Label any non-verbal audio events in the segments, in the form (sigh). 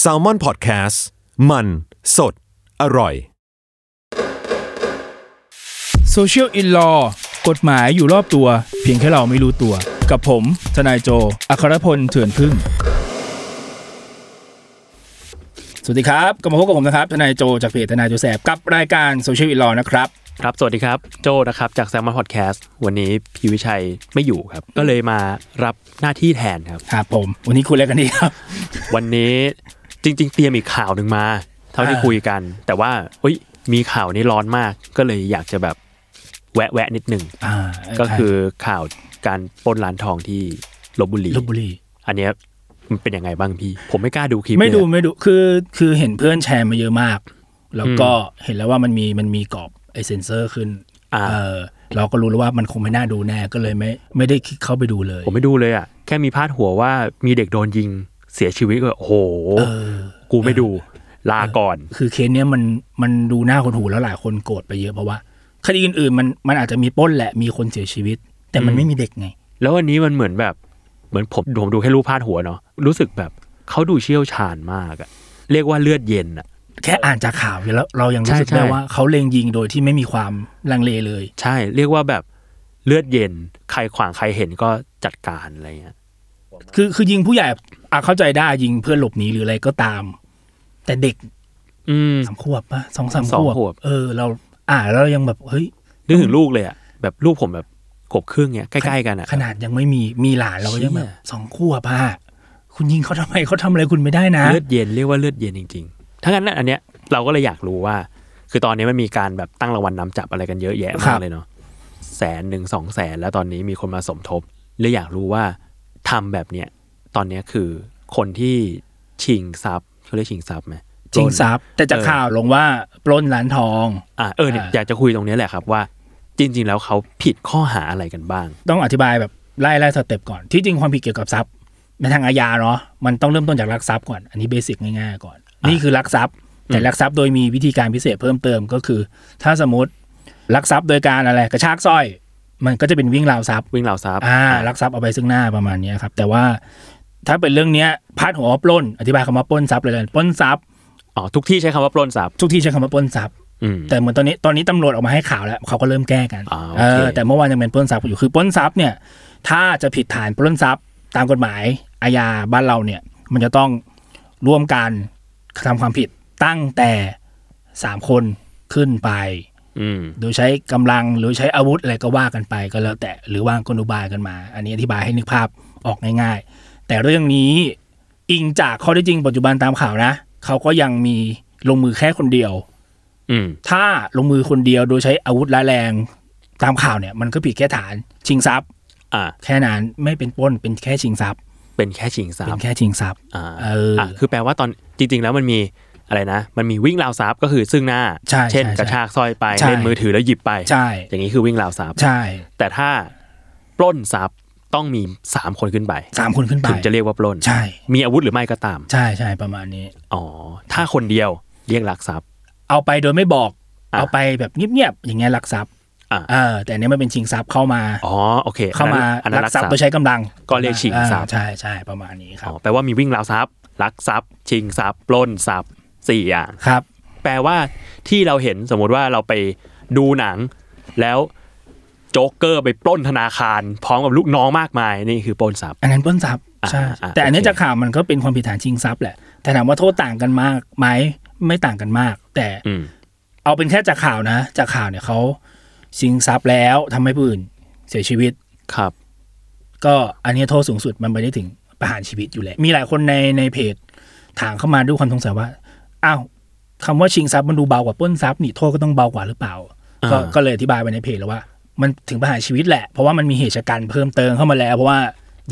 แซลมอนพอดแคสต์มันสดอร่อย Social in Law กฎหมายอยู่รอบตัว เพียงแค่เราไม่รู้ตัว กับผม ทนายโจ อัครพลเถื่อนพึ่ง สวัสดีครับกลับมาพบกับผมนะครับ ทนายโจจากเพจทนายโจแสบกับรายการ Social in Law นะครับ ครับ สวัสดีครับ โจนะครับ จากแซมมอนพอดแคสต์วันนี้พี่วิชัยไม่อยู่ครับ ก็เลยมารับหน้าที่แทนครับ ครับผม วันนี้คุยอะไรกันดีครับ วันนี้จริง ๆ เตรียมอีกข่าวหนึ่งมา เท่าที่ อ่า คุยกัน แต่ว่าเฮ้ยมีข่าวนี้ร้อนมาก ก็เลยอยากจะแบบแวะแวะๆนิดหนึ่ง อ่า ก็คือข่าวการปล้นร้านทองที่ลบบุรี ลบบุรี อันเนี้ยมันเป็นยังไงบ้างพี่ ผมไม่กล้าดูคลิป ไม่ดู เลยอะ ไม่ดูคือคือเห็นเพื่อนแชร์มาเยอะมาก แล้วก็เห็นแล้วว่ามันมีมันมีกรอบไอเซนเซอร์ขึ้น อ่า เออเราก็รู้แล้วว่ามันคงไม่น่าดูแน่ก็เลยไม่ไม่ได้คลิกเข้าไปดูเลย ผมไม่ดูเลยอ่ะแค่มีพาดหัวว่ามีเด็กโดนยิงเสียชีวิตก็โอ้โห เออ กูไม่ดูลาก่อน คือเคสเนี้ยมันมันดูหน้าคนหูแล้วหลายคนโกรธไปเยอะเพราะว่าคดีอื่นๆมันมันอาจจะมีปล้นแหละมีคนเสียชีวิต แต่มันไม่มีเด็กไง แล้ววันนี้มันเหมือนแบบเหมือนผมผมดูแค่รูปพาดหัวเนาะรู้สึกแบบเขาดูเชี่ยวชาญมากอะเรียกว่าเลือดเย็นอะ แค่อ่านจากข่าวแล้วเรายังรู้สึก ใช่ใช่ ได้ว่าเขาเล็งยิงโดยที่ไม่มีความลังเลเลย ใช่ เรียกว่าแบบเลือดเย็น ใครขวางใครเห็นก็จัดการอะไรเงี้ย คือคือยิงผู้ใหญ่อาเข้าใจได้ยิงเพื่อหลบหนีหรืออะไรก็ตาม แต่เด็ก อืม สามขวบปะสองสาม สอ ข ง วบ ขวบ เออ เราอ่านแล้วเรายังแบบเฮ้ย นึกถึงลูกเลยอะแบบลูกผมแบบกบครึ่งเงี้ยใกล้ๆกันอะ ขนาดยังไม่มีมีหลานเราก็ยังแบบ เชี่ย สองขวบอะคุณยิงเขาทำไมเขาทำอะไรคุณไม่ได้นะ เลือดเย็นเรียกว่าเลือดเย็นจริงๆทั้งนั้นน่ะอันเนี้ยเราก็เลยอยากรู้ว่า คือตอนนี้มันมีการแบบตั้งรางวัลนำจับอะไรกันเยอะแยะ ครั มาก บ เลยเนาะแสนหนึ่งสองแสนแล้วตอนนี้มีคนมาสมทบเลยอยากรู้ว่าทำแบบเนี้ยตอนเนี้ยคือคนที่ชิงทรัพย์เขาเรียกชิงทรัพย์ไหม จริงทรัพย์แต่จาก เออ ข่าวลงว่าปล้นร้านทอง อ่ะเออเนี่ย อ่า อยากจะคุยตรงเนี้ยแหละครับว่า จริง ๆ แล้วเขาผิดข้อหาอะไรกันบ้าง ต้องอธิบายแบบไล่ไล่สเต็ปก่อน ที่จริงความผิดเกี่ยวกับทรัพย์ ในทางอาญาเนาะมันต้องเริ่มต้นจากลักทรัพย์ก่อน อันนี้เบสิกง่ายๆก่อน นี่คือลักทรัพย์ แต่ลักทรัพย์โดยมีวิธีการพิเศษเพิ่มเติมก็คือ ถ้าสมมติลักทรัพย์โดยการอะไรกระชากสร้อย มันก็จะเป็นวิ่งราวทรัพย์ วิ่งราวทรัพย์ อ่า อ่ะ ลักทรัพย์เอาไปซึ่งหน้าประมาณเนี้ยครับ แต่ว่าถ้าเป็นเรื่องเนี้ยพาดหัวว่าปล้น อธิบายคำว่าปล้นทรัพย์เลยเลยปล้นทรัพย์ อ๋อทุกที่ใช้คำว่าปล้นทรัพย์ ทุกที่ใช้คำว่าปล้นทรัพย์ อืม แต่เหมือนตอนนี้ตอนนี้ตำรวจออกมาให้ข่าวแล้วเขาก็เริ่มแก้กัน อ่าโอเค เออแต่เมื่อวานยังเป็นปล้นทรัพย์อยู่คือปล้นทรัพย์เนี่ย ถ้าจะผิดฐานปล้นทรัพย์ ตามกฎหมายอาญาบ้านเราเนี่ย มันจะต้องร่วมกันกระทำความผิดตั้งแต่สามคนขึ้นไป อืม โดยใช้กำลังหรือใช้อาวุธอะไรก็ว่ากันไปก็แล้วแต่หรือวางกลอุบายกันมา อันนี้อธิบายให้นึกภาพออกง่ายๆ แต่เรื่องนี้อิงจากข้อเท็จจริงปัจจุบันตามข่าวนะเขาก็ยังมีลงมือแค่คนเดียว อืม ถ้าลงมือคนเดียวโดยใช้อาวุธร้ายแรงตามข่าวเนี่ย มันก็ผิดแค่ฐานชิงทรัพย์ อ่า แค่นั้นไม่เป็นปล้นเป็นแค่ชิงทรัพย์ เป็นแค่ชิงทรัพ เป็ ย์ นแค่ชิงทรัพย์ อ่า เอออ่ ะคือแปลว่าตอนจริง ๆ แล้วมันมีอะไรนะ มันมีวิ่งราวทรัพย์ก็คือซึ่งหน้า ใช่ เช่น ใช่ใช่ กระชากสร้อยไป ใช่ เล่นมือถือแล้วหยิบไป ใช่ อย่างนี้คือวิ่งราวทรัพย์ ใช่ แต่ถ้าปล้นทรัพย์ต้องมี 3 คนขึ้นไป สามคนขึ้นไป ถึงจะเรียกว่าปล้น ใช่ มีอาวุธหรือไม่ก็ตาม ใช่ใช่ประมาณนี้ อ๋อ ถ้าคนเดียวเรียกลักทรัพย์ เอาไปโดยไม่บอก อ่ะ เอาไปแบบเงียบๆอย่างเงี้ยลักทรัพย์ อ่ะ เออแต่อันเนี้ยมันเป็นชิงทรัพย์เข้ามา อ๋อ โอเค เข้ามา อันนั้น ลั ลั ก ก ท ท รั รั พย์พย์ โดยใช้กำลัง ก็เรียกชิงทรัพย์ อ่าใช่ใช่ประมาณนี้ครั อ๋ บ อ แปลว่ามีวิ่งราวทรัพย์ลักทรัพย์ ชิงทรัพย์ปล้นทรัพย์สี่อย่าง ครับ แปลว่าที่เราเห็นสมมุติว่าเราไปดูหนัง แล้วโจ๊กเกอร์ไปปล้นธนาคาร พร้อมกับลูกน้องมากมายนี่คือปล้นทรัพย์ อันนั้นปล้นทรัพย์ อ่า ใช่ อ่า แต่อันเนี้ย โอเค จากข่าวมันก็เป็นความผิดฐานชิงทรัพย์แหละแต่ถามว่าโทษต่างกันมากไหมไม่ต่างกันมาก แต่ อืม เอาเป็นแค่จากข่าวนะ จากข่าวเนี่ยเขาชิงทรัพย์แล้วทำให้ผู้อื่นเสียชีวิต ครับ ก็อันเนี้ยโทษสูงสุดมันไปได้ถึงประหารชีวิตอยู่แหละมีหลายคนในในเพจถามเข้ามาด้วยความสงสัยว่าอ้าวคำว่าชิงทรัพย์มันดูเบากว่าปล้นทรัพย์นี่โทษก็ต้องเบากว่าหรือเปล่า ก็ อ่า ก็เลยอธิบายไปในเพจแล้วว่า มันถึงประหารชีวิตแหละ เพราะว่ามันมีเหตุชะกันเพิ่มเติมเข้ามาแล้วเพราะว่า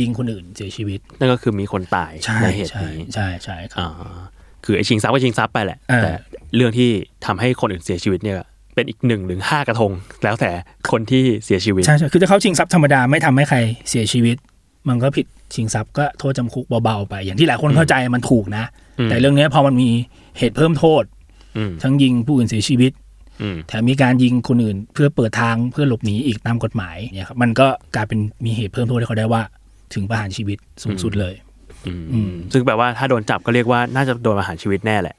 ยิงคนอื่นเสียชีวิต นั่นก็คือมีคนตาย ใช่ ในเหตุ ใช่ นี้ ใช่ใช่ครับ อ่าคือไอ้ชิงทรัพย์ก็ชิงทรัพย์ไปแหละ เออ แต่เรื่องที่ทำให้คนอื่นเสียชีวิตเนี่ย เป็นอีกหนึ่งหรือห้ากระทง แล้วแต่คนที่เสียชีวิต ใช่ใช่คือถ้าเขาชิงทรัพย์ธรรมดาไม่ทำให้ใครเสียชีวิต มันก็ผิดชิงทรัพย์ก็โทษจำคุกเบาๆไป อย่างที่หลายคนเข้าใจมันถูกนะ แต่เรื่องเนี้ยพอมันมีเหตุเพิ่มโทษ อืม ทั้งยิงผู้อื่นเสียชีวิต อืม แถมมีการยิงคนอื่น เพื่อเปิดทางเพื่อหลบหนีอีกตามกฎหมายเนี่ยครับมันก็กลายเป็นมีเหตุเพิ่มโทษให้เขาได้ว่า ถึงประหารชีวิตสูงสุดเลย อืมซึ่งแปลว่าถ้าโดนจับก็เรียกว่าน่าจะโดนประหารชีวิตแน่แหละ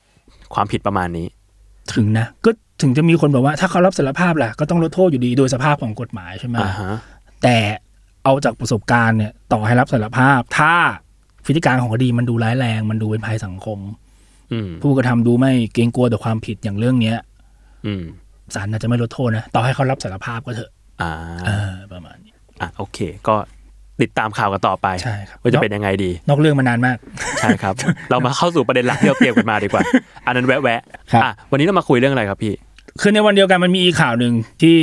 ความผิดประมาณนี้ ถึงนะก็ถึงจะมีคนบอกว่าถ้าเขารับสารภาพล่ะก็ต้องลดโทษอยู่ดีโดยสภาพของกฎหมายใช่ไหม อ่าฮะ แต่เอาจากประสบการณ์เนี่ยต่อให้รับสารภาพ ถ้าพฤติการของคดีมันดูร้ายแรง มันดูเป็นภัยสังคม อืม ผู้กระทำดูไม่เกรงกลัวต่อความผิดอย่างเรื่องเนี้ย อืม ศาลอาจจะไม่ลดโทษนะต่อให้เขารับสารภาพก็เถอะ อ่า เออประมาณนี้ อ่ะโอเค ก็ติดตามข่าวกันต่อไป ใช่ครับ ว่าจะเป็นยังไงดี นอกเรื่องมานานมาก ใช่ (laughs) ครับ เรามาเข้าสู่ประเด็นหลักที่เราเตรียมกันมาดีกว่า อันนั้นแวะ ครับ ๆอ่ะวันนี้เรามาคุยเรื่องอะไรครับพี่ คือในวันเดียวกันมันมีอีกข่าวหนึ่งที่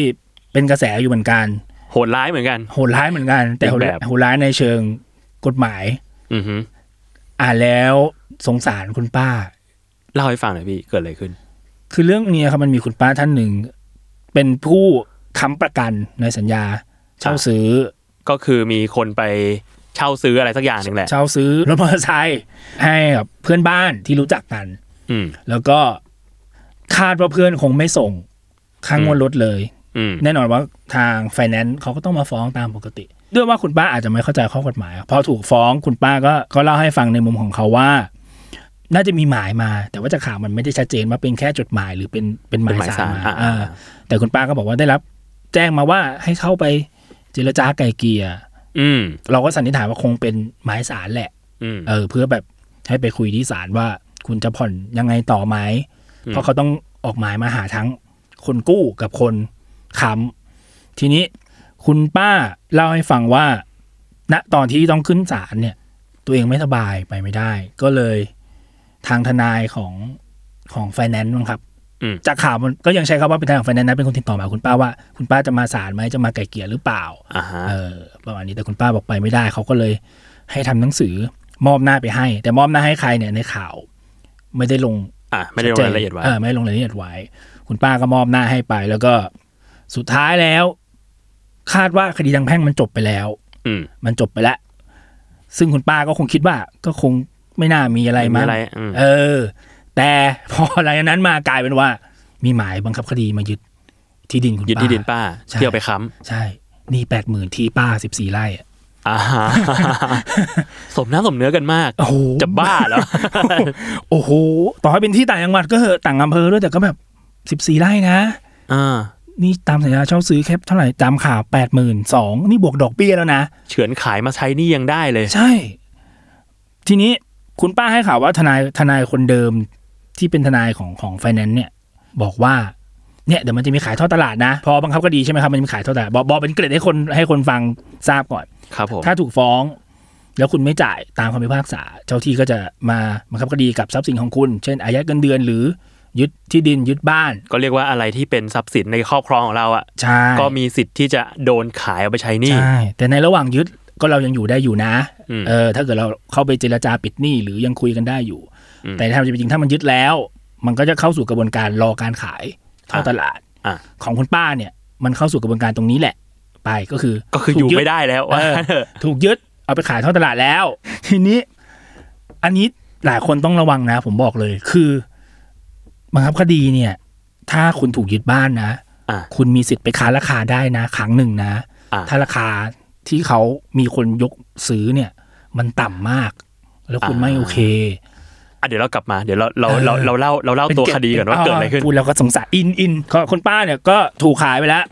เป็นกระแสอยู่เหมือนกัน โหดร้ายเหมือนกัน โหดร้ายเหมือนกัน แต่โหด อีกแบบ โหดร้ายในเชิงกฎหมาย อือฮึ อ่านแล้วสงสารคุณป้า เล่าให้ฟังหน่อยพี่เกิดอะไรขึ้น คือเรื่องเนี้ยครับมันมีคุณป้าท่านหนึ่ง เป็นผู้ค้ำประกันในสัญญา เช่าซื้อ ก็คือมีคนไปเช่าซื้ออะไรสักอย่างหนึ่งแหละ เช่าซื้อรถมอเตอร์ไซค์ให้กับเพื่อนบ้านที่รู้จักกัน อืม แล้วก็คาดว่าเพื่อนคงไม่ส่งค่างวดรถเลย อืม แน่นอนว่าทางไฟแนนซ์เขาก็ต้องมาฟ้องตามปกติ ด้วยว่าคุณป้าอาจจะไม่เข้าใจข้อกฎหมาย พอถูกฟ้องคุณป้าก็ก็เล่าให้ฟังในมุมของเขาว่า น่าจะมีหมายมา แต่ว่าจากข่าวมันไม่ได้ชัดเจนว่าเป็นแค่จดหมายหรือเป็นเป็นหมาย เป็นหมาย สา สาร ร มา อ่า เออแต่คุณป้าก็บอกว่าได้รับ แจ้งมาว่าให้เข้าไปเจรจาไกลเกลี่ย อืม เราก็สันนิษฐานว่าคงเป็นหมายสารแหละ อืม เออเพื่อแบบให้ไปคุยที่ศาลว่าคุณจะผ่อนยังไงต่อไหมเพราะเขาต้องออกหมายมาหาทั้งคนกู้กับคนค้ำทีนี้คุณป้าเล่าให้ฟังว่า ณตอนที่ต้องขึ้นศาลเนี่ย ตัวเองไม่สบายไปไม่ได้ ก็เลยทางทนายของของไฟแนนซ์มั้งครับ อืม จากข่าวมันก็ยังใช้คำว่าเป็นทางไฟแนนซ์นะเป็นคนติดต่อมาคุณป้าว่าคุณป้าจะมาศาลไหมจะมาไกลเกลี่ยหรือเปล่า อ่าฮะ เออประมาณนี้แต่คุณป้าบอกไปไม่ได้เขาก็เลยให้ทำหนังสือมอบหน้าไปให้ แต่มอบหน้าให้ใครเนี่ยในข่าว ไม่ได้ลง อ่ะไม่ได้ลงรายละเอียดไว้ ออไม่ได้ลงรายละเอียดไว้ คุณป้าก็มอบหน้าให้ไป แล้วก็สุดท้ายแล้ว คาดว่าคดีทางแพ่งมันจบไปแล้ว อืม มันจบไปแล้ว ซึ่งคุณป้าก็คงคิดว่า ก็คงไม่น่ามีอะไร ไม่มี มั้ง อะไรอืม เออ แต่พอหลังจากนั้นมากลายเป็นว่า มีหมายบังคับคดีมายึดที่ดินคุณป้า ยึ ยึ ดที่ดินป้า ใช่ เที่ยวไปค้ ใช่หนี่แปดหมื่นที่ป้าสิบสี่ไร่อะ ำอ่า (laughs) ฮะ สมน้ำสมเนื้อกันมาก โอ้โห จะบ้า (laughs) แล้ว โอ้โห ต่อให้เป็นที่ต่างจังหวัดก็เหอะต่างอำเภอด้วยแต่ก็แบบสิบสี่ไร่นะ อ่า นี่ตามสัญญาเช่าซื้อแคปเท่าไหร่ ตามข่าวแปดหมื่นสองนี่บวกดอกเบี้ยแล้วนะ เฉือนขายมาใช้หนี่ยังได้เลย ใช่ ทีนี้คุณป้าให้ข่าวว่าทนายทนายคนเดิมที่เป็นทนายของของไฟแนนซ์เนี่ย บอกว่าเนี่ยเดี๋ยวมันจะมีขายทอดตลาดนะ พอบังคับคดีใช่ไหมครับมันจะมีขายทอดตลาดบอกบอกเป็นเกร็ดให้คนให้คนฟังทราบก่อน ครับผม ถ้าถูกฟ้อง แล้วคุณไม่จ่ายตามคำพิพากษา เจ้าที่ก็จะมาบังคับคดีกับทรัพย์สินของคุณ เช่นอายัดเงินเดือนหรือยึดที่ดินยึดบ้าน ก็เรียกว่าอะไรที่เป็นทรัพย์สินในครอบครองของเราอ่ะ ใช่ ก็มีสิทธิ์ที่จะโดนขายเอาไปใช้หนี่ ใช่แต่ในระหว่างยึดก็เรายังอยู่ได้อยู่นะ อืม เออถ้าเกิดเราเข้าไปเจรจาปิดหนี้หรือยังคุยกันได้อยู่ อืม แต่ถ้าจริงๆถ้ามันยึดแล้ว มันก็จะเข้าสู่กระบวนการรอการขายเข้า อ่ะ ตลาด อ่ะ ของคุณป้าเนี่ย มันเข้าสู่กระบวนการตรงนี้แหละ ไปก็คือ ก็คืออยู่ ถูด ไม่ได้แล้ว เอ ว่า อ เถอะ ถูกยึดเอาไปขายท่อตลาดแล้ว (laughs) ทีนี้ อันนี้หลายคนต้องระวังนะ ผมบอกเลย คือบังคับคดีเนี่ย ถ้าคุณถูกยึดบ้านนะ อ่ะ คุณมีสิทธิ์ไปค้านราคาได้นะ ครั้งหนึ่งนะ อ่ะ ถ้าราคาที่เขามีคนยกซื้อเนี่ย มันต่ำมาก แล้วคุณ อ่า ไม่โอเค อ่ะเดี๋ยวเรากลับมาเดี๋ยวเราเราเรา เออ เราเล่าเราเล่าตัวคดีก่อนว่าเกิดอะไรขึ้น พูดแล้วก็สงสารอินอินก็คุณป้าเนี่ยก็ถูกขายไปแล้ว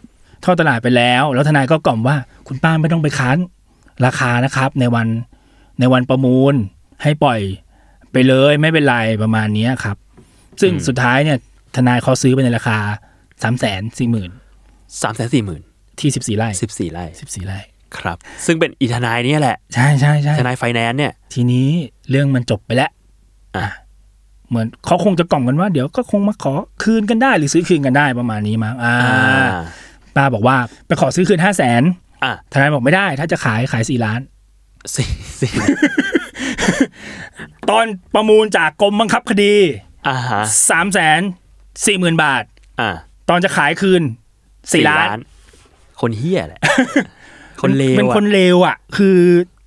ท่อตลาดไปแล้ว แล้วทนายก็กล่อมว่า คุณป้าไม่ต้องไปค้านราคานะครับ ในวันในวันประมูลให้ปล่อยไปเลยไม่เป็นไรประมาณเนี้ยครับ ซึ่งสุดท้ายเนี่ยทนายเขาซื้อไปในราคาสามแสนสี่หมื่น สามแสนสี่หมื่น ที่สิบสี่ไร่ สิบสี่ไร่ สิบสี่ไร่ ครับ ซึ่งเป็นอีทนายเนี่ยแหละ ใช่ใช่ใช่ ทนายไฟแนนซ์เนี่ย ทีนี้เรื่องมันจบไปแล้ว อ่ะ เหมือนเขาคงจะกล่อมกันว่าเดี๋ยวก็คงมาขอคืนกันได้หรือซื้อคืนกันได้ประมาณนี้มั้งอ่ อ่า า ป้าบอกว่าไปขอซื้อคืนห้าแสน อ่ะ ทนายบอกไม่ได้ ถ้าจะขายขายสี่ล้าน สี่สี่ ตอนประมูลจากกรมบังคับคดี อ่าฮะ สามแสนสี่หมื่นบาท อ่ะ ตอนจะขายคืนสี่ล้าน คนเฮี้ยแหละ (laughs) คนเลว เป็น อะ คนเลวอ่ะ คือ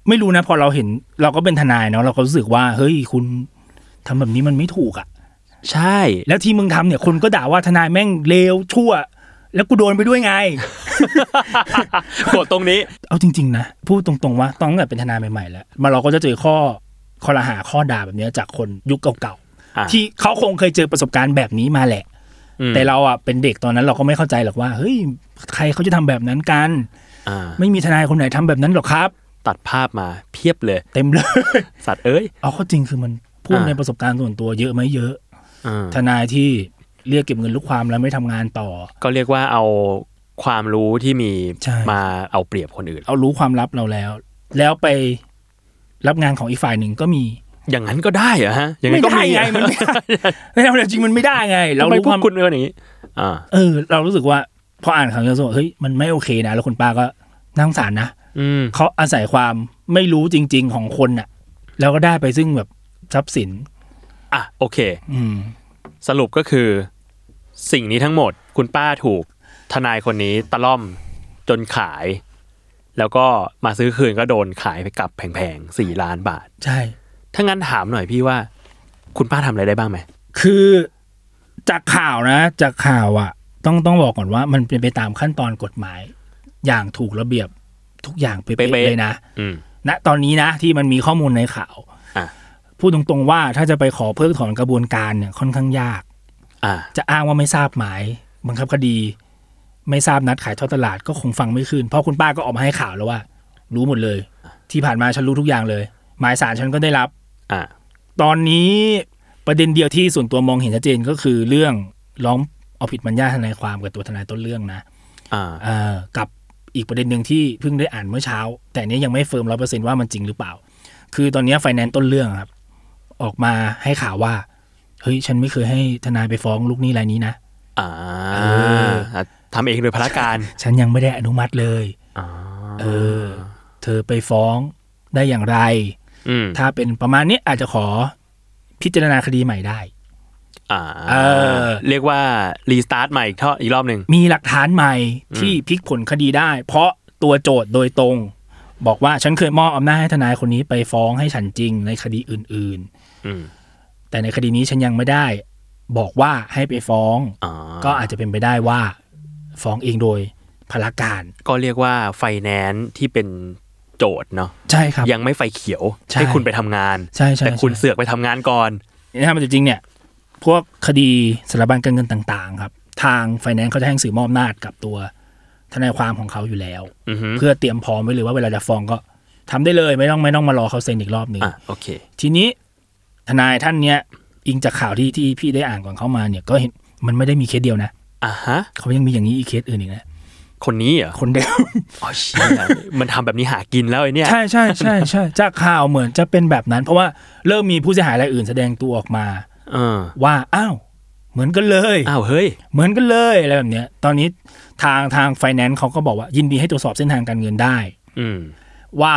ไม่รู้นะพอเราเห็น เราก็เป็นทนายเนาะเราก็รู้สึกว่า เฮ้ยคุณทำแบบนี้มันไม่ถูกอ่ะ ใช่ (laughs) แล้วที่มึงทำเนี่ยคนก็ด่าว่าทนายแม่งเลวชั่ว แล้วกูโดนไปด้วยไง (laughs) กดตรงนี้ เอาจริง ๆ นะ พูดตรง ๆ ว่าตอนตั้งแต่เป็นทนายใหม่ ๆ แล้วมาเราก็จะเจอข้อ ข้อละหาข้อด่าแบบเนี้ยจากคนยุคเก่า อ่ะ ๆที่เขาคงเคยเจอประสบการณ์แบบนี้มาแหละ อืม แต่เราอ่ะเป็นเด็กตอนนั้นเราก็ไม่เข้าใจหรอกว่าเฮ้ยใครเขาจะทำแบบนั้นกัน อ่า ไม่มีทนายคนไหนทำแบบนั้นหรอกครับ ตัดภาพมาเพียบเลย เต็มเลย (laughs) สัตว์เอ้ย เอาเข้าจริงคือมันพูด อ่า ในประสบการณ์ส่วนตัวเยอะไหมเยอะ อ่า ทนายที่เรียกเก็บเงินลูกความแล้วไม่ทำงานต่อ ก็เรียกว่าเอาความรู้ที่มี ใช่ มาเอาเปรียบคนอื่น เอารู้ความลับเราแล้ว แล้วไปรับงานของอีกฝ่ายหนึ่งก็มี อย่างนั้นก็ได้เหรอะฮะอย่างนั้นก็ ได้ มี ไง (laughs) มันไม่ได้ไม่ได้จริงมันไม่ได้ไง เรา ทำไม รู้ พควก วาม คุณเป็นคนอย่างนี้อ่า เออ เรารู้สึกว่าพออ่านข่าวนี้รู้สึกว่าเฮ้ยมันไม่โอเคนะแล้วคุณป้าก็นั่าสงสารนะ อืม เขาอาศัยความไม่รู้จริง ๆ ของคนน่ะ แล้วก็ได้ไปซึ่งแบบทรัพย์สิน อ่ะโอเค อืม สรุปก็คือ สิ่งนี้ทั้งหมด คุณป้าถูกทนายคนนี้ตะล่อมจนขาย แล้วก็มาซื้อคืนก็โดนขายไปกลับแพงๆสี่ล้านบาท ใช่ ถ้างั้นถามหน่อยพี่ว่า คุณป้าทำอะไรได้บ้างไหม คือจากข่าวนะ จากข่าวอะต้องต้องบอกก่อนว่ามันเป็นไปตามขั้นตอนกฎหมาย อย่างถูกระเบียบทุกอย่างเป๊ะๆเลยนะ อืม ณตอนนี้นะที่มันมีข้อมูลในข่าว อ่ะ พูดตรงๆว่าถ้าจะไปขอเพิกถอนกระบวนการเนี่ยค่อนข้างยาก อ่า จะอ้างว่าไม่ทราบหมาย บังคับคดี ไม่ทราบนัดขายทอดตลาดก็คงฟังไม่ขึ้น เพราะคุณป้าก็ออกมาให้ข่าวแล้วว่า รู้หมดเลย ที่ผ่านมาฉันรู้ทุกอย่างเลย หมายสารฉันก็ได้รับ อ่า ตอนนี้ประเด็นเดียวที่ส่วนตัวมองเห็นชัดเจนก็คือเรื่องร้องเอาผิดบรรยาทนายความกับตัวทนายต้นเรื่องนะ อ่า เอ่อกับอีกประเด็นหนึ่งที่เพิ่งได้อ่านเมื่อเช้า แต่อันนี้ยังไม่เฟิร์มร้อเปอร์เซ็นว่ามันจริงหรือเปล่า คือตอนนี้ไฟแนนซ์ต้นเรื่องครับ ออกมาให้ข่าวว่าเฮ้ยฉันไม่เคยให้ทนายไปฟ้องลูกหนี้รายนี้นะ อ่า เออ ทำเองโดยพละการ ฉันยังไม่ได้อนุมัติเลย อ่า เออ เธอไปฟ้องได้อย่างไร อืม ถ้าเป็นประมาณนี้อาจจะขอพิจารณาคดีใหม่ได้ อ่า เออ เรียกว่ารีสตาร์ทใหม่อีกทออีกรอบหนึ่ง มีหลักฐานใหม่ที่พลิกผลคดีได้ เพราะตัวโจทย์โดยตรง บอกว่าฉันเคยมอบอำนาจให้ทนายคนนี้ไปฟ้องให้ฉันจริงในคดีอื่น อืม ๆ แต่ในคดีนี้ฉันยังไม่ได้ บอกว่าให้ไปฟ้อง อ่า ก็อาจจะเป็นไปได้ว่า ฟ้องเองโดยพละการ ก็เรียกว่าไฟแนนซ์ที่เป็นโจทย์เนาะ ใช่ครับ ยังไม่ไฟเขียว ใช่ ให้คุณไปทำงาน ใช่ใช่ แต่คุณ ใช่ เสือกไปทำงานก่อน นี่ถ้ามันจริงๆเนี่ย พวกคดีสถาบันการเงินต่างๆ ครับ ทางไฟแนนซ์เขาจะให้หนังสือมอบอำนาจกับตัวทนายความของเขาอยู่แล้ว อือฮึ เพื่อเตรียมพร้อมไว้เลยว่าเวลาจะฟ้องก็ทำได้เลยไม่ต้องไม่ต้องมารอเขาเซ็นอีกรอบหนึ่ง อ่ะโอเค ทีนี้ทนายท่านเนี้ยอิงจากข่าวที่ที่พี่ได้อ่านก่อนเข้ามาเนี่ยก็เห็นมันไม่ได้มีเคสเดียวนะ อ่ะฮะ เขายังมีอย่างนี้อีกเคสอื่นอีกนะ คนนี้เหรอ คนเดียว อ๋อเชี่ยมันทำแบบนี้หากินแล้วไอ้เนี่ย (laughs) ใช่ใช่ใช่ใช่จากข่าวเหมือนจะเป็นแบบนั้น เพราะว่าเริ่มมีผู้เสียหายรายอื่นแสดงตัวออกมา เออ ว่าอ้าวเหมือนกันเลย อ้าวเฮ้ย เหมือนกันเลยอะไรแบบเนี้ย ตอนนี้ทางทางไฟแนนซ์เขาก็บอกว่ายินดีให้ตรวจสอบเส้นทางการเงินได้ อืม ว่า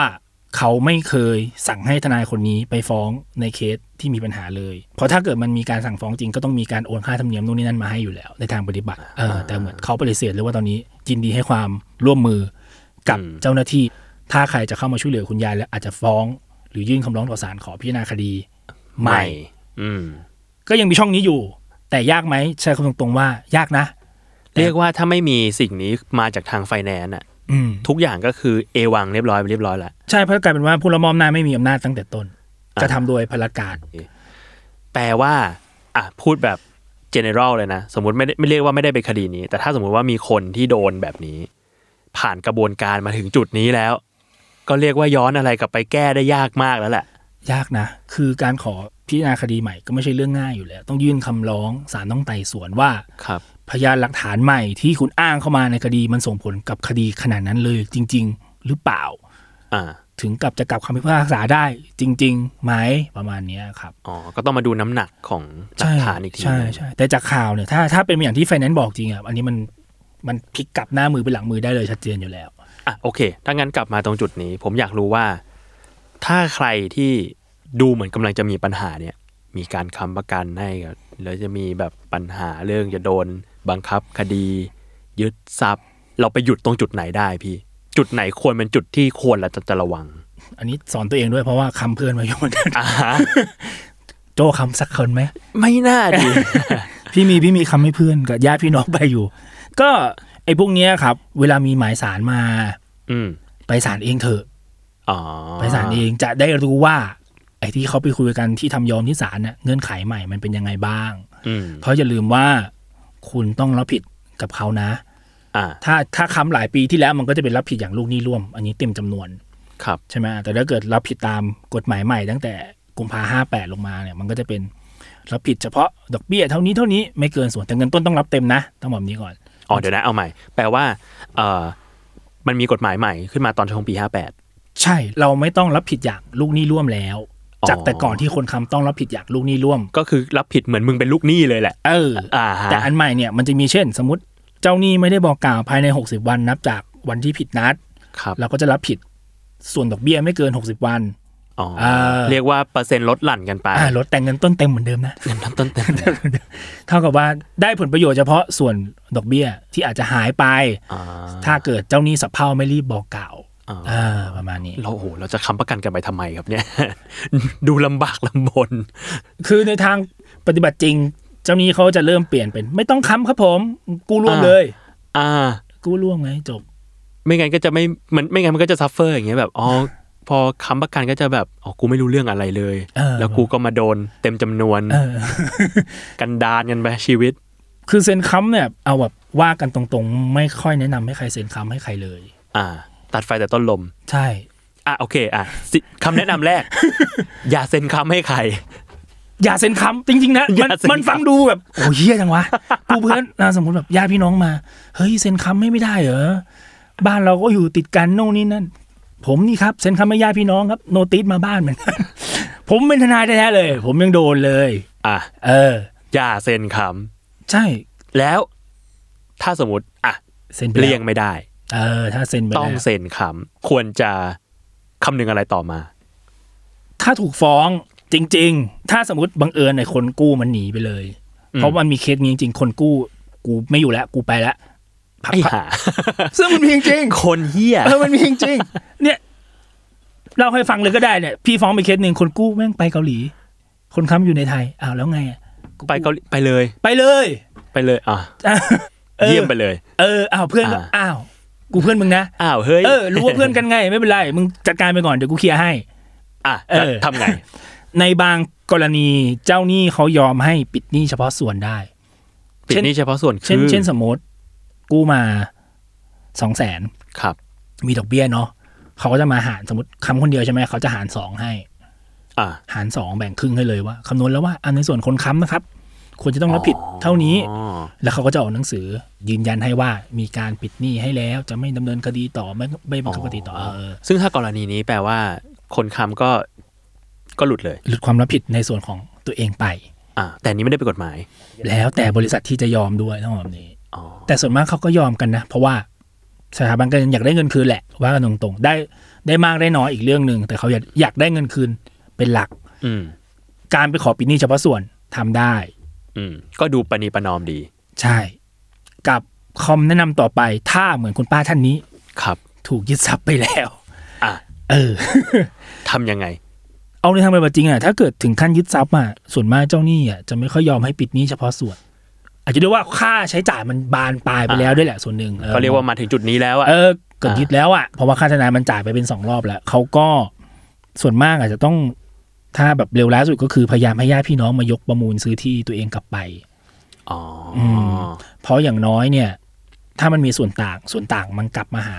เขาไม่เคยสั่งให้ทนายคนนี้ไปฟ้องในเคสที่มีปัญหาเลย เพราะถ้าเกิดมันมีการสั่งฟ้องจริงก็ต้องมีการโอนค่าธรรมเนียมนู่นนี่นั่นมาให้อยู่แล้ว ในทางปฏิบัติเออแต่เหมือนเขาปฏิเสธเลยว่าตอนนี้ยินดีให้ความร่วมมือกับ อืม เจ้าหน้าที่ ถ้าใครจะเข้ามาช่วยเหลือคุณยายแล้วอาจจะฟ้อง หรือยื่นคำร้องต่อศาลขอพิจารณาคดีใหม่ อืม ก็ยังมีช่องนี้อยู่ แต่ยากไหมใช้คำตรงๆว่ายากนะ แต่ เรียกว่าถ้าไม่มีสิ่งนี้มาจากทางไฟแนนซ์อะ อืม ทุกอย่างก็คือเอวังเรียบร้อยไปเรียบร้อยละ ใช่เพราะกลายเป็นว่าผู้ละมอมหน้าจไม่มีอำนาจตั้งแต่ต้น อ่า กระทำโดยพลการ แปลว่า อ่ะพูดแบบ general เลยนะ สมมติไม่ได้ไม่เรียกว่าไม่ได้เป็นคดีนี้ แต่ถ้าสมมุติว่ามีคนที่โดนแบบนี้ ผ่านกระบวนการมาถึงจุดนี้แล้ว ก็เรียกว่าย้อนอะไรกลับไปแก้ได้ยากมากแล้วแหละ ยากนะ คือการขอพิจารณาคดีใหม่ก็ไม่ใช่เรื่องง่ายอยู่แล้ว ต้องยื่นคำร้องศาลต้องไต่สวนว่า ครับ พยานหลักฐานใหม่ที่คุณอ้างเข้ามาในคดีมันส่งผลกับคดีขนาดนั้นเลยจริง ๆ หรือเปล่า อ่า ถึงกับจะกลับคำพิพากษาได้จริงๆไหมประมาณเนี้ยครับ อ๋อ ก็ต้องมาดูน้ำหนักของหลักฐานอีกที ใช่ หนึ่ง ใช่แต่จากข่าวเนี่ยถ้าถ้าเป็นอย่างที่ไฟแนนซ์บอกจริงอ่ะอันนี้มันมันพลิกกลับหน้ามือเป็นหลังมือได้เลยชัดเจนอยู่แล้ว อ่ะโอเค ถ้างั้นกลับมาตรงจุดนี้ ผมอยากรู้ว่า ถ้าใครที่ดูเหมือนกำลังจะมีปัญหาเนี่ย มีการค้ำประกันให้กับแล้วจะมีแบบปัญหาเรื่องจะโดน บังคับคดี ยึดทรัพย์ เราไปหยุดตรงจุดไหนได้พี่ จุดไหนควรเป็นจุดที่ควรเราจะจะระวัง อันนี้สอนตัวเองด้วยเพราะว่าคำเพื่อนมาเยอะเหมือนกัน (laughs) อ่าฮะ โจคำสักคนไหม ไม่น่าดี (laughs) พี่มีพี่มีคำให้เพื่อนกับญาติพี่น้องไปอยู่ ก็ไอ้พวกเนี้ยครับ เวลามีหมายสารมา อืม ไปสารเองเถอะ อ๋อ ไปสารเองจะได้รู้ว่า ไอ อ้ที่เขาไปคุยกันที่ทำยอมที่ศาลน่ะเงื่อนไขใหม่มันเป็นยังไงบ้าง อืม เพราะอย่าลืมว่าคุณต้องรับผิดกับเขานะ อ่า ถ้าถ้าค้ำหลายปีที่แล้วมันก็จะเป็นรับผิดอย่างลูกหนี้ร่วม อันนี้เต็มจำนวน ครับ ใช่ไหมแต่ถ้าเกิดรับผิดตามกฎหมายใหม่ตั้งแต่กุมภาห้าแปดลงมาเนี่ยมันก็จะเป็นรับผิดเฉพาะดอกเบี้ยเท่านี้เท่านี้ไม่เกินส่วนแต่เงินต้นต้องรับเต็มนะต้องบอกแบบนี้ก่อน อ๋อเดี๋ยวนะเอาใหม่ แปลว่าเอ่อมันมีกฎหมายใหม่ขึ้นมาตอนช่วงปีห้าแปด ใช่เราไม่ต้องรับผิดอย่างลูกหนี้ร่วมแล้ว อ๋อ จากแต่ก่อนที่คนค้ำต้องรับผิดอย่างลูกหนี้ร่วม ก็คือรับผิดเหมือนมึงเป็นลูกหนี้เลยแหละ เออ อ่าฮะ แต่อันใหม่เนี่ยมันจะมีเช่น สมมติเจ้าหนี้ไม่ได้บอกกล่าวภายใน 60 วันนับจากวันที่ผิดนัด ครับ เราก็จะรับผิดส่วนดอกเบี้ยไม่เกิน 60 วัน อ๋อ เอ่อ เรียกว่าเปอร์เซ็นต์ลดหลั่นกันไป อ่าลดแต่เงินต้นเต็มเหมือนเดิมนะ เงินต้นต้นเต็ม เท่ากับว่าได้ผลประโยชน์เฉพาะส่วนดอกเบี้ยที่อาจจะหายไป อ่า ถ้าเกิดเจ้าหนี้สับเพร่าไม่รีบบอกกล่าว อ่า อ่าประมาณนี้ เราโอ้โหเราจะค้ำประกันกันไปทำไมครับเนี่ย (laughs) ดูลำบากลำบน คือในทางปฏิบัติจริง เจ้าหนี้เขาจะเริ่มเปลี่ยนเป็น ไม่ต้องค้ำครับผมกู้ร่วม อ่า เลย อ่า กู้ร่วมไงจบ ไม่งั้นก็จะไม่มันไม่งั้นมันก็จะซัฟเฟอร์อย่างเงี้ยแบบอ๋อพอค้ำประกันก็จะแบบอ๋อกูไม่รู้เรื่องอะไรเลย เออ แล้วกูก็มาโดนเต็มจำนวน เอ (laughs) อ กันดานกันไปชีวิต คือเซ็นค้ำเนี่ยเอาแบบว่ากันตรงๆ ไม่ค่อยแนะนำให้ใครเซ็นค้ำให้ใครเลย อ่า ตัดไฟแต่ต้นลม ใช่ อ่ะโอเค อ่ะสิคำแนะนำแรก (laughs) อย่าเซ็นค้ำให้ใคร อย่าเซ็นค้ำจริงๆนะ อย่า มัน เซ็นค้ำ มันฟังดูแบบโอ้เฮี้ยจังวะ (laughs) กูเพื่อนนะสมมติแบบญาติพี่น้องมา เฮ้ยเซ็นค้ำให้ไม่ได้เหรอบ้านเราก็อยู่ติดกันโน่นนี่นั่นผมนี่ครับเซ็นค้ำให้ญาติพี่น้องครับโนติสมาบ้านเหมือนกัน (laughs) ผมเป็นทนายแท้ๆเลย ผมยังโดนเลย อ่ะ เออ อย่าเซ็นค้ ใช่ ำแล้ว ถ้าสมมติอ่ะ เซ็นไป เลี่ย แว งไม่ได้ เออถ้าเซ็นไป ต้อง แล้ว เซ็นค้ำควรจะคำนึงอะไรต่อมา ถ้าถูกฟ้องจริง ๆ ถ้าสมมติบังเอิญในคนกู้มันหนีไปเลย อืม เพราะมันมีเคสนี้จริงๆ คนกู้ กูไม่อยู่แล้วกูไปแล้วพับ ไอ้ พับ ห่า ซึ่งมันมีจริง คนเฮีย ๆเออมันมีจริงๆเนี่ยเราให้ฟังเลยก็ได้เนี่ย พี่ฟ้องไปเคสหนึ่งคนกู้แม่งไปเกาหลี คนค้ำอยู่ในไทยอ้าวแล้วไงอะ ไปเกาหลีไปเลย ไปเลย (laughs) ไปเลยอ่ะ อ่ะออ เยี่ยมไปเลย เอออ้าวเพื่อนก็ อ่า อ้าวกูเพื่อนมึงนะ อ้าวเฮ้ย เออรู้ว่าเพื่อนกันไงไม่เป็นไรมึงจัดการไปก่อนเดี๋ยวกูเคลียร์ให้ อ่ะ เออ ทำไง ในบางกรณีเจ้าหนี้เขายอมให้ปิดหนี้เฉพาะส่วนได้ ปิด เช่น หนี่เฉพาะส่วนคื เช่น อ เช่นสมมติกู้มาสองแสน ครับ มีดอกเบี้ยเนาะเขาก็จะมาหารสมมติคำคนเดียวใช่ไหมเขาจะหารสองให้ อ่ะ หารสองแบ่งครึ่งให้เลยว่าคำนวณแล้วว่าอันในส่วนคนค้ำนะครับควรจะต้องรับผิดเท่านี้ อ๋อ แล้วเขาก็จะออกหนังสือ ยืนยันให้ว่ามีการปิดหนี้ให้แล้วจะไม่ดำเนินคดีต่อไม่ไม่บังคับคดีต่อเออ ซึ่งถ้ากรณีนี้แปลว่า คนค้ำก็ก็หลุดเลย หลุดความรับผิดในส่วนของตัวเองไป อ่ะแต่อันนี้ไม่ได้เป็นกฎหมาย แล้วแต่บริษัทที่จะยอมด้วยต้องบอกแบบนี้ อ๋อ แต่ส่วนมากเขาก็ยอมกันนะ เพราะว่าสถาบันการเงินอยากได้เงินคืนแหละ ว่ากันตรงๆได้ได้มากได้น้อยอีกเรื่องหนึ่งแต่เขาอยากอยากได้เงินคืนเป็นหลัก อืม การไปขอปิดหนี้เฉพาะส่วนทำได้ อืมก็ดูปณีประนอมดี ใช่ กับคอมแนะนำต่อไป ถ้าเหมือนคุณป้าท่านนี้ ครับ ถูกยึดทรัพย์ไปแล้ว (laughs) อ่ะ เออ ทำยังไง เอาในทางปฏิบัติจริงอะถ้าเกิดถึงขั้นยึดทรัพย์อะส่วนมากเจ้าหนี้อะจะไม่ค่อยยอมให้ปิดหนี้เฉพาะส่วน อาจจะด้วยว่าค่าใช้จ่ายมันบานปลายไปแล้วด้วยแหละส่วนหนึ่งออ ก็เรียกว่ามาถึงจุดนี้แล้วอ่ะ เออเกิด อ่ายึ ยึดแล้วอ่ะเพราะว่าค่าทนายมันจ่ายไปเป็นสองรอบแล้วเขาก็ส่วนมากอาจจะต้องถ้าแบบเร็วร้ายสุดก็คือพยายามให้ญาติพี่น้องมายกประมูลซื้อที่ตัวเองกลับไป อ๋ออ ม เพราะอย่างน้อยเนี่ย ถ้ามันมีส่วนต่างส่วนต่างมันกลับมาหา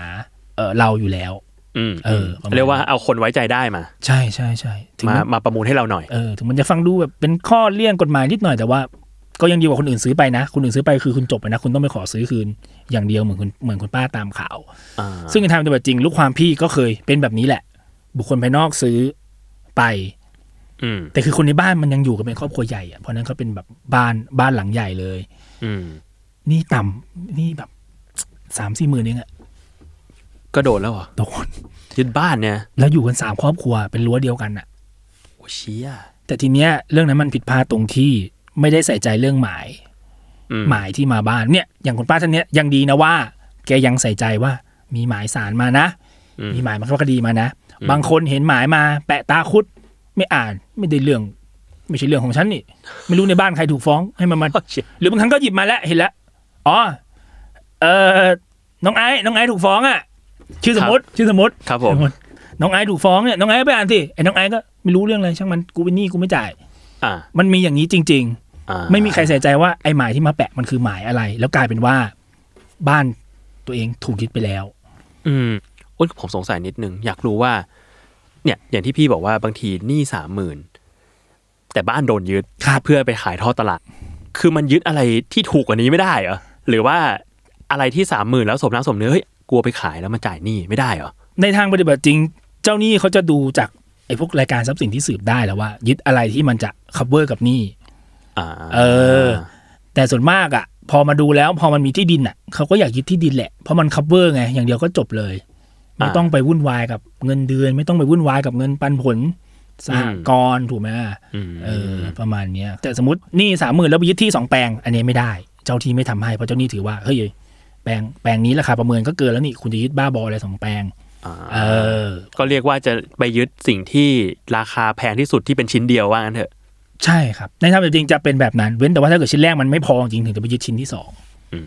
เออเราอยู่แล้ว อืม เออประมาณ เรียกว่าเอาคนไว้ใจได้มา ใช่ใช่ใช่ถึง มา มัน มาประมูลให้เราหน่อย เออถึงมันจะฟังดูแบบเป็นข้อเลี่ยงกฎหมายนิดหน่อยแต่ว่า ก็ยังดีกว่าคนอื่นซื้อไปนะ คนอื่นซื้อไปคือคุณจบไปนะ คุณต้องไปขอซื้อคืนอย่างเดียวเหมือนคุณเหมือนคุณป้าตามข่าว อ่า ซึ่งในทางปฏิบัติจริงลูกความพี่ก็เคยเป็นแบบนี้แหละ บุคคลภายนอกซื้อไป อืม แต่คือคนในบ้านมันยังอยู่กันเป็นครอบครัวใหญ่อะเพราะฉะนั้นเขาเป็นแบบบ้านบ้านหลังใหญ่เลย อืม นี่ต่ำนี่แบบสามสี่หมื่นเองอะ ก็โดนแล้วเหรอ โดน ยึดบ้านเนี่ย แล้วอยู่กันสามครอบครัวเป็นรั้วเดียวกันอะ โอ้เชี่ย แต่ทีเนี้ยเรื่องนั้นมันผิดพลาดตรงที่ไม่ได้ใส่ใจเรื่องหมาย อืม หมายที่มาบ้านเนี่ยอย่างคุณป้าท่านเนี้ยยังดีนะว่า แกยังใส่ใจว่ามีหมายสารมานะ อืม มีหมายมาคดีมานะ อืม บางคนเห็นหมายมา แปะตาคุด ไม่อ่านไม่ได้เรื่อง ไม่ใช่เรื่องของฉันนี่ ไม่รู้ในบ้านใครถูกฟ้องให้ (laughs) มันมา โอ้เชี่ย หรือบางครั้งก็หยิบมาแล้วเห็นแล้วอ๋อเออน้องไอ้น้องไอ้ถูกฟ้องอ่ะ ชื่อสมมติชื่อสมมติ ครับผม สมมติ น้องไอซ์ถูกฟ้องเนี่ยน้องไอซ์ไปอ่านสิไอ้น้องไอซ์ก็ไม่รู้เรื่องเลยช่างมันกูเป็นหนี้กูไม่จ่าย อ่า มันมีอย่างนี้จริง อ่า ๆ ไม่มีใครใส่ใจว่าไอ้หมายที่มาแปะมันคือหมายอะไร แล้วกลายเป็นว่าบ้านตัวเองถูกยึดไปแล้ว อืมอ้นผมสงสัยนิดนึง อยากรู้ว่า เนี่ย อย่างที่พี่บอกว่าบางทีหนี้สามหมื่นแต่บ้านโดนยึด ครับ เพื่อไปขายท่อตลาด คือมันยึดอะไรที่ถูกกว่านี้ไม่ได้เหรอหรือว่าอะไรที่สามหมื่นแล้วสมน้ำสมเนื้อเฮ้ยกลัวไปขายแล้วมาจ่ายหนี้ไม่ได้เหรอ ในทางปฏิบัติจริง เจ้าหนี้เขาจะดูจากไอ้พวกรายการทรัพย์สินที่สืบได้แล้วว่า ยึดอะไรที่มันจะ cover กับหนี้ อ่า เออ แต่ส่วนมากอะ่ะ พอมาดูแล้วพอมันมีที่ดินอะ่ะเขาก็อยากยึดที่ดินแหละเพราะมัน cover ไงอย่างเดียวก็จบเลย ไม่ต้องไปวุ่นวายกับเงินเดือน ไม่ต้องไปวุ่นวายกับเงินปันผลสหกรณ์ถูกไหม ม เออ ประมาณเนี้ย แต่สมมติหนี่สามหมื่นแล้วไปยึดที่สองแปลง อันนี้ไม่ได้ เจ้าที่ไม่ทำให้เพราะเจ้าหนี้ถือว่าเฮ้ยแปลงแปลงนี้ราคาประเมินก็เกินแล้วนี่คุณจะยึดบ้าบออะไรสองแปลง เออ ก็เรียกว่าจะไปยึดสิ่งที่ราคาแพงที่สุดที่เป็นชิ้นเดียวว่างั้นเถอะ ใช่ครับ ในทางปฏิบัติจริงจะเป็นแบบนั้น เว้นแต่ว่าถ้าเกิดชิ้นแรกมันไม่พอจริงถึงจะไปยึดชิ้นที่สอง อื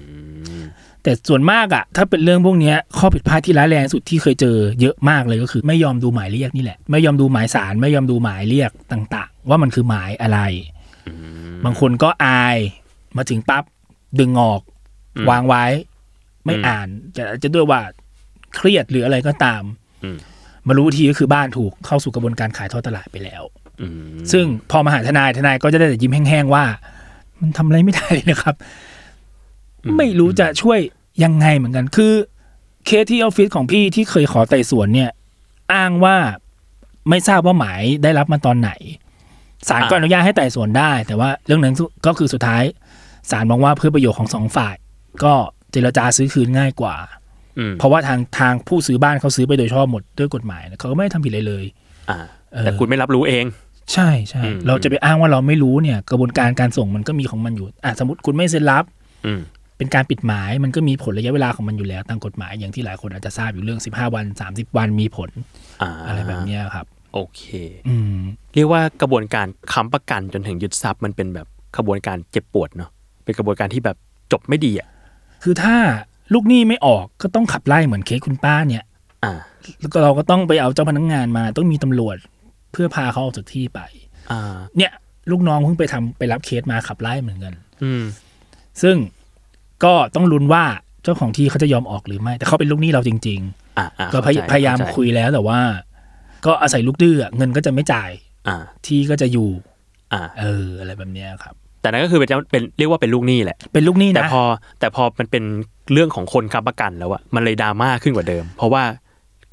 ม แต่ส่วนมากอะถ้าเป็นเรื่องพวกเนี้ยข้อผิดพลาดที่ร้ายแรงสุดที่เคยเจอเยอะมากเลยก็คือ ไม่ยอมดูหมายเรียกนี่แหละ ไม่ยอมดูหมายสารไม่ยอมดูหมายเรียกต่าง ๆ ว่ามันคือหมายอะไร บางคนก็อายมาถึงปั๊บดึงออก อืม วางไว้ ไม่ อืม อ่าน จะจะด้วยว่าเครียดหรืออะไรก็ตาม อืม มารู้ทีก็คือบ้านถูกเข้าสู่กระบวนการขายทอดตลาดไปแล้ว อืม ซึ่งพอมาหาทนายทนายก็จะได้แต่ยิ้มแห้งๆว่า มันทำอะไรไม่ได้เลยนะครับ ไม่รู้จะช่วยยังไงเหมือนกัน คือ เคสที่ออฟฟิศของพี่ที่เคยขอไต่สวนเนี่ย อ้างว่าไม่ทราบว่าหมายได้รับมาตอนไหนศาลก็อนุญาตให้ไต่สวนได้ แต่ว่าเรื่องนั้นก็คือสุดท้ายศาลมองว่าเพื่อประโยชน์ของสองฝ่าย ก็เจรจาซื้อคืนง่ายกว่า อืม เพราะว่าทางทางผู้ซื้อบ้านเขาซื้อไปโดยชอบหมดด้วยกฎหมายนะเขาก็ไม่ได้ทำผิดอะไรเลย อ่า เออ แต่คุณไม่รับรู้เอง ใช่ใช่ อืม เราจะไปอ้างว่าเราไม่รู้เนี่ย กระบวนการการส่งมันก็มีของมันอยู่อ่ะสมมติคุณไม่เซ็นรับ อืม เป็นการปิดหมายมันก็มีผลระยะเวลาของมันอยู่แล้วตามกฎหมายอย่างที่หลายคนอาจจะทราบอยู่เรื่อง 15 วัน 30 วันมีผล อ่า อะไรแบบเนี้ยครับ โอเค อืม เรียกว่ากระบวนการค้ำประกันจนถึงยึดทรัพย์มันเป็นแบบกระบวนการเจ็บปวดเนาะเป็นกระบวนการที่แบบจบไม่ดีอ่ะ คือถ้าลูกหนี้ไม่ออกก็ต้องขับไล่เหมือนเคสคุณป้าเนี่ย อ่า แล้วก็เราก็ต้องไปเอาเจ้าพนักงานมา ต้องมีตำรวจเพื่อพาเขาออกจากที่ไป อ่า เนี่ยลูกน้องเพิ่งไปทำไปรับเคสมาขับไล่เหมือนกัน อืม ซึ่งก็ต้องลุ้นว่าเจ้าของที่เขาจะยอมออกหรือไม่แต่เขาเป็นลูกหนี้เราจริง ๆ อ่าอ่า ก็พย เข้ใจ พยายาม เข้ใจ คุยแล้วแต่ว่า ก็อาศัยลูกดื้ออะเงินก็จะไม่จ่าย อ่า ที่ก็จะอยู่ อ่า เออ อะไรแบบเนี้ยครับ แต่นั่นก็คือเป็นเจ้าเป็นเรียกว่าเป็นลูกหนี้แหละ เป็นลูกหนี้ แต่ นะ พอแต่พอมันเป็นเรื่องของคนค้ำประกันแล้วอะมันเลยดราม่าขึ้นกว่าเดิม เพราะว่า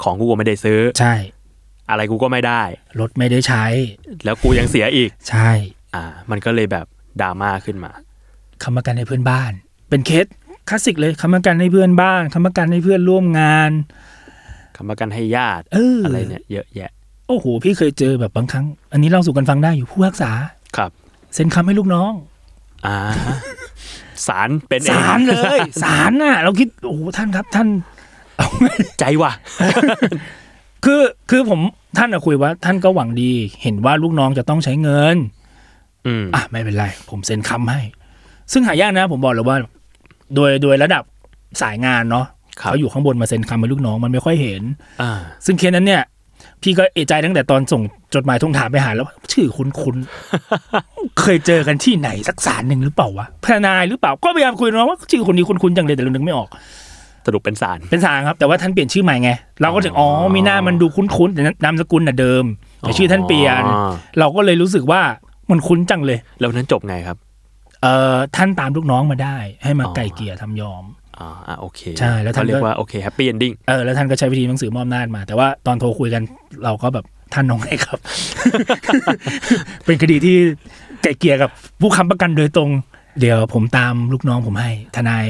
ของกูก็ไม่ได้ซื้อ ใช่ อะไรกูก็ไม่ได้ รถไม่ได้ใช้ แล้วกูยังเสียอีก ใช่ อ่า มันก็เลยแบบดราม่าขึ้นมา คำประกันให้เพื่อนบ้าน เป็นเคสคลาสสิกเลยคำประกันให้เพื่อนบ้านคำประกันให้เพื่อนร่วมงาน คำประกันให้ญาติ เอออ อะไรเนี่ยเยอะแยะ โอ้โหพี่เคยเจอแบบบางครั้ง อันนี้เล่าสู่กันฟังได้อยู่ผู้รักษา ครับ เซ็นคำให้ลูกน้อง อ่า (laughs) สารเป็นเอง สารเลย (laughs) สารน่ะ เราคิดโอ้โหท่านครับท่าน ใจว่ะ คือคือผมท่านอะคุยว่า ท่านก็หวังดี เห็นว่าลูกน้องจะต้องใช้เงิน อืม อ่ะไม่เป็นไร ผมเซ็นคำให้ ซึ่งหายากนะ ผมบอกเลยว่า โดยโดยระดับสายงานเนาะ ครับ เขาอยู่ข้างบนมาเซ็นคำให้ลูกน้องมันไม่ค่อยเห็น อ่า ซึ่งเคสนั้นเนี่ย พี่ก็เอะใจตั้งแต่ตอนส่งจดหมายทวงถามไปหาแล้วว่าชื่อคุณคุณ เคยเจอกันที่ไหนสักสารหนึ่งหรือเปล่าวะทนายหรือเปล่าก็พยายามคุยเนาะว่าชื่อคนนี้คุณคุณจังเลยแต่เรานึกไม่ออก สรุปเป็นสาร เป็นสารครับแต่ว่าท่านเปลี่ยนชื่อใหม่ไงเราก็ถึงอ๋อ อ๋อ มีหน้ามันดูคุ้นๆแต่นามสกุลน่ะเดิมแต่ชื่อท่านเปลี่ยน อ๋อ เราก็เลยรู้สึกว่ามันคุ้นจังเลย แล้วนั้นจบไงครับ เอ่อท่านตามลูกน้องมาได้ ให้มา อ๋อ ไก่เกลี่ยทำยอม อ่าอ่าโอเค ใช่แล้วท่าน เขาเรีย ก็ กว่าโอเคแฮปปี้เอนดิ้ง เออแล้วท่านก็ใช้วิธีหนังสือมอบอำนาจมา แต่ว่าตอนโทรคุยกันเราก็แบบท่านน้องไงครับ (laughs) เป็นคดีที่ไก่เกลี่ยกับผู้ค้ำประกันโดยตรง เดี๋ยวผมตามลูกน้องผมให้ ทนาย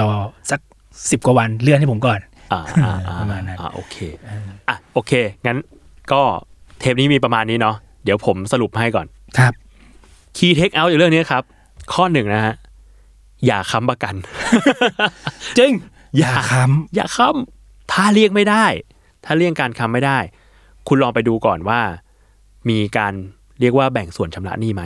รอสักสิบกว่าวันเลื่อนให้ผมก่อน อ่าอ่าอ่า (laughs) ประมาณนั้น อ่าโอเคอ่ะโอเค งั้นก็เทปนี้มีประมาณนี้เนาะเดี๋ยวผมสรุปให้ก่อน ครับ คีย์เทคเอาท์อยู่เรื่องนี้ครับ ข้อหนึ่งนะฮะ อย่าค้ำประกัน จริง อ อย่ า ย่าค้ อย่าค้ำถ้าเรียกไม่ได้ ถ้าเลี่ยงการค้ำไม่ได้ คุณลองไปดูก่อนว่า มีการเรียกว่าแบ่งส่วนชำระหนี้ไหม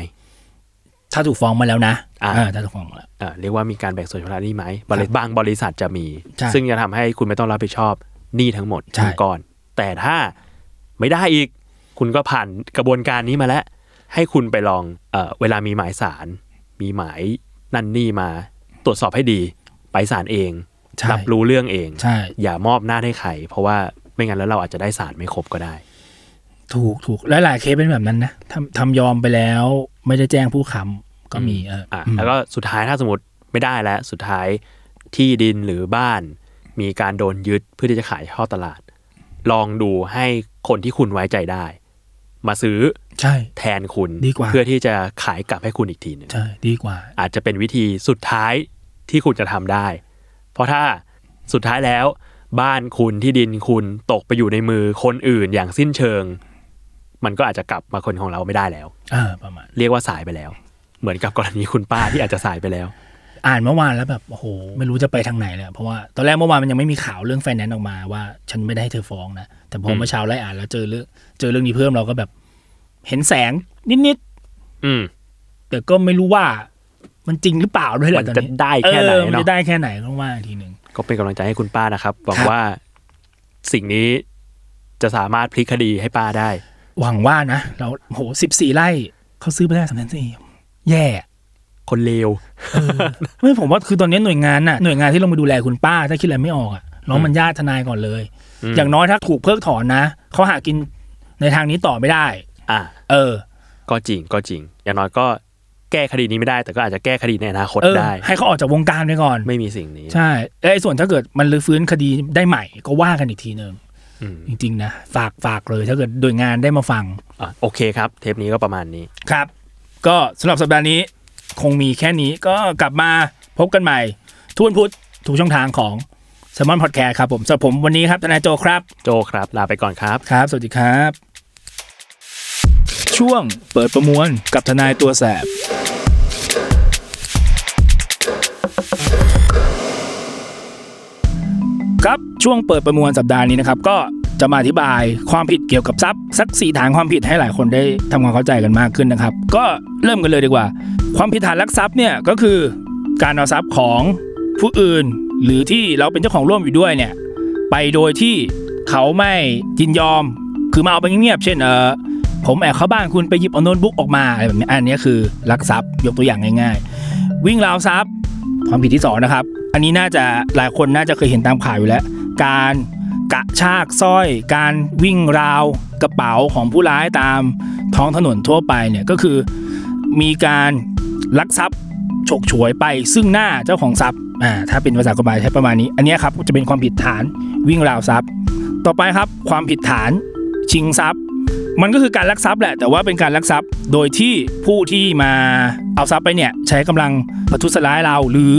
ำถ้าถูกฟ้องมาแล้วนะ อ่า อ่าถ้าถูกฟ้องมาแล้ว เอ่อเรียกว่ามีการแบ่งส่วนชำระหนี้ไหมบริษัทบางบริษัทจะมี ใช่ ซึ่งจะทำให้คุณไม่ต้องรับผิดชอบหนี้ทั้งหมด ใช่ ทั้งก้อน แต่ถ้า ไม่ได้อีก คุณก็ผ่านกระบวนการนี้มาแล้ว ให้คุณไปลองเออเวลามีหมายสาร มีหมายนั่นนี่มาตรวจสอบให้ดี ไปศาลเอง ใช่ รับรู้เรื่องเอง ใช่ อย่ามอบหน้าให้ใคร เพราะว่าไม่งั้นแล้วเราอาจจะได้สารไม่ครบก็ได้ ถูกถูกและหลายเคสเป็นแบบนั้นนะทำทำยอมไปแล้ว ไม่ได้แจ้งผู้ค้ำก็มีเอออ อ่ะแล้วก็สุดท้ายถ้าสมมติไม่ได้แล้ว สุดท้ายที่ดินหรือบ้าน มีการโดนยึดเพื่อที่จะขายท่อตลาด ลองดูให้คนที่คุณไว้ใจได้ มาซื้อ ใช่ แทนคุณ ดีกว่า เพื่อที่จะขายกลับให้คุณอีกทีหนึ่ง ใช่ดีกว่า อาจจะเป็นวิธีสุดท้ายที่คุณจะทำได้ เพราะถ้าสุดท้ายแล้ว บ้านคุณที่ดินคุณตกไปอยู่ในมือคนอื่นอย่างสิ้นเชิง มันก็อาจจะกลับมาคนของเราไม่ได้แล้ว เออประมาณ เรียกว่าสายไปแล้ว เหมือนกับกรณีคุณป้าที่อาจจะสายไปแล้ว อ่านเมื่อวานแล้วแบบโอ้โหไม่รู้จะไปทางไหนเลยเพราะว่าตอนแรกเมื่อวานมันยังไม่มีข่าวเรื่องไฟแนนซ์ออกมาว่า ฉันไม่ได้ให้เธอฟ้องนะแต่พอเมื่อเช้าไล่อ่านแล้วเจอเรื่องเจอเรื่องนี้เพิ่มเราก็แบบ เห็นแสงนิด อืม ๆแต่ก็ไม่รู้ว่า มันจริงหรือเปล่าด้วยแหละ มัน ตอนนี้ จะได้แค่ไหน ออมัน เนาะ จะได้แค่ไหนต้องว่าอีกทีหนึ่ง ก็เป็นกำลังใจให้คุณป้านะครับ หวัง ครับ ว่าสิ่งนี้จะสามารถพลิกคดีให้ป้าได้ หวังว่านะเราโหสิบสี่ไร่เขาซื้อไปได้สามแสนสี่แย่ คนเลว ไม่ผมว่าคือตอนนี้หน่วยงานน่ะหน่วยงานที่ลงมาดูแลคุณป้าถ้าคิดอะไรไม่ออกอะร้องมันญาติทนายก่อนเลย อย่างน้อยถ้าถูกเพิกถอนนะเขาหากินในทางนี้ต่อไม่ได้ อ่ะ เออ ก็จริงก็จริง อย่างน้อยก็แก้คดีนี้ไม่ได้ แต่ก็อาจจะแก้คดีในอนาคต เออ ได้ ให้เขาออกจากวงการไปก่อน ไม่มีสิ่งนี้ ใช่แล้วไอ้ส่วนถ้าเกิดมันรื้อฟื้นคดีได้ใหม่ก็ว่ากันอีกทีหนึ่ง อืม จริง ๆ นะ ฝากฝากเลยถ้าเกิดโดยงานได้มาฟัง อ่ะโอเคครับ เทปนี้ก็ประมาณนี้ ครับ ก็สำหรับสัปดาห์นี้คงมีแค่นี้ก็กลับมาพบกันใหม่ ทุกวันพุธถูกช่องทางของ s ซ m o n Podcast ครับผมสำหรับผมวันนี้ครับทนายโจครับ โจครับ ลาไปก่อนครับ ครับ สวัสดีครับ ช่วงเปิดประมวลกับทนายตัวแสบครับช่วงเปิดประมวลสัปดาห์นี้นะครับก็จะมาอธิบายความผิดเกี่ยวกับทรัพย์สักสี่ฐานความผิดให้หลายคนได้ทำความเข้าใจกันมากขึ้นนะครับ ก็เริ่มกันเลยดีกว่า ความผิดฐานลักทรัพย์เนี่ยก็คือการเอาทรัพย์ของผู้อื่น หรือที่เราเป็นเจ้าของร่วมอยู่ด้วยเนี่ยไปโดยที่เขาไม่ยินยอม คือมาเอาไปเงียบๆเช่นเออผมแอบเข้าบ้านคุณไปหยิบเอาโน้ตบุ๊กออกมาอะไรแบบนี้อันเนี้ยคือลักทรัพย์ยกตัวอย่างง่าย ๆ วิ่งราวทรัพย์ ความผิดที่สองนะครับ อันนี้น่าจะหลายคนน่าจะเคยเห็นตามข่าวอยู่แล้ว การกระชากสร้อย การวิ่งราวกระเป๋าของผู้ร้ายตามท้องถนนทั่วไปเนี่ยก็คือมีการลักทรัพย์ฉกฉวยไปซึ่งหน้าเจ้าของทรัพย์อ่าถ้าเป็นภาษากฎหมายใช้ประมาณนี้ อันเนี้ยครับจะเป็นความผิดฐานวิ่งราวทรัพย์ ต่อไปครับความผิดฐานชิงทรัพย์ มันก็คือการลักทรัพย์แหละ แต่ว่าเป็นการลักทรัพย์โดยที่ผู้ที่มาเอาทรัพย์ไปเนี่ยใช้กำลังประทุษร้ายเราหรือ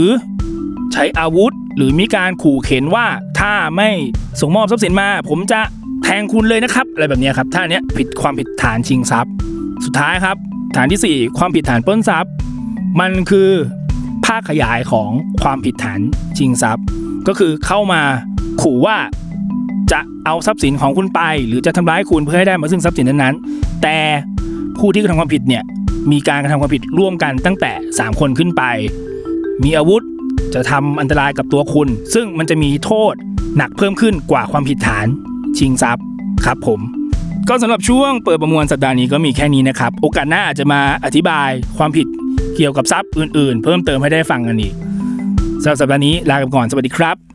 ใช้อาวุธ หรือมีการขู่เข็นว่าถ้าไม่ส่งมอบทรัพย์สินมา ผมจะแทงคุณเลยนะครับ อะไรแบบเนี้ยครับถ้าอันเนี้ยผิดความผิดฐานชิงทรัพย์ สุดท้ายครับ ฐานทีสี่ 4 ความผิดฐานปล้นทรัพย์ มันคือภาคขยายของความผิดฐานชิงทรัพย์ ก็คือเข้ามาขู่ว่า จะเอาทรัพย์สินของคุณไป หรือจะทำร้ายคุณเพื่อให้ได้มาซึ่งทรัพย์สินนั้นๆ แต่ผู้ที่กระทำความผิดเนี่ยมีการกระทำความผิดร่วมกันตั้งแต่ 3 คนขึ้นไป มีอาวุธจะทำอันตรายกับตัวคุณ ซึ่งมันจะมีโทษหนักเพิ่มขึ้นกว่าความผิดฐานชิงทรัพย์ครับผม ก็สำหรับช่วงเปิดประมวลสัปดาห์นี้ก็มีแค่นี้นะครับ โอกาสหน้าอาจจะมาอธิบายความผิดเกี่ยวกับทรัพย์อื่นๆ เพิ่มเติมให้ได้ฟังกันอีกสำหรับสัปดาห์นี้ลากันก่อนสวัสดีครับ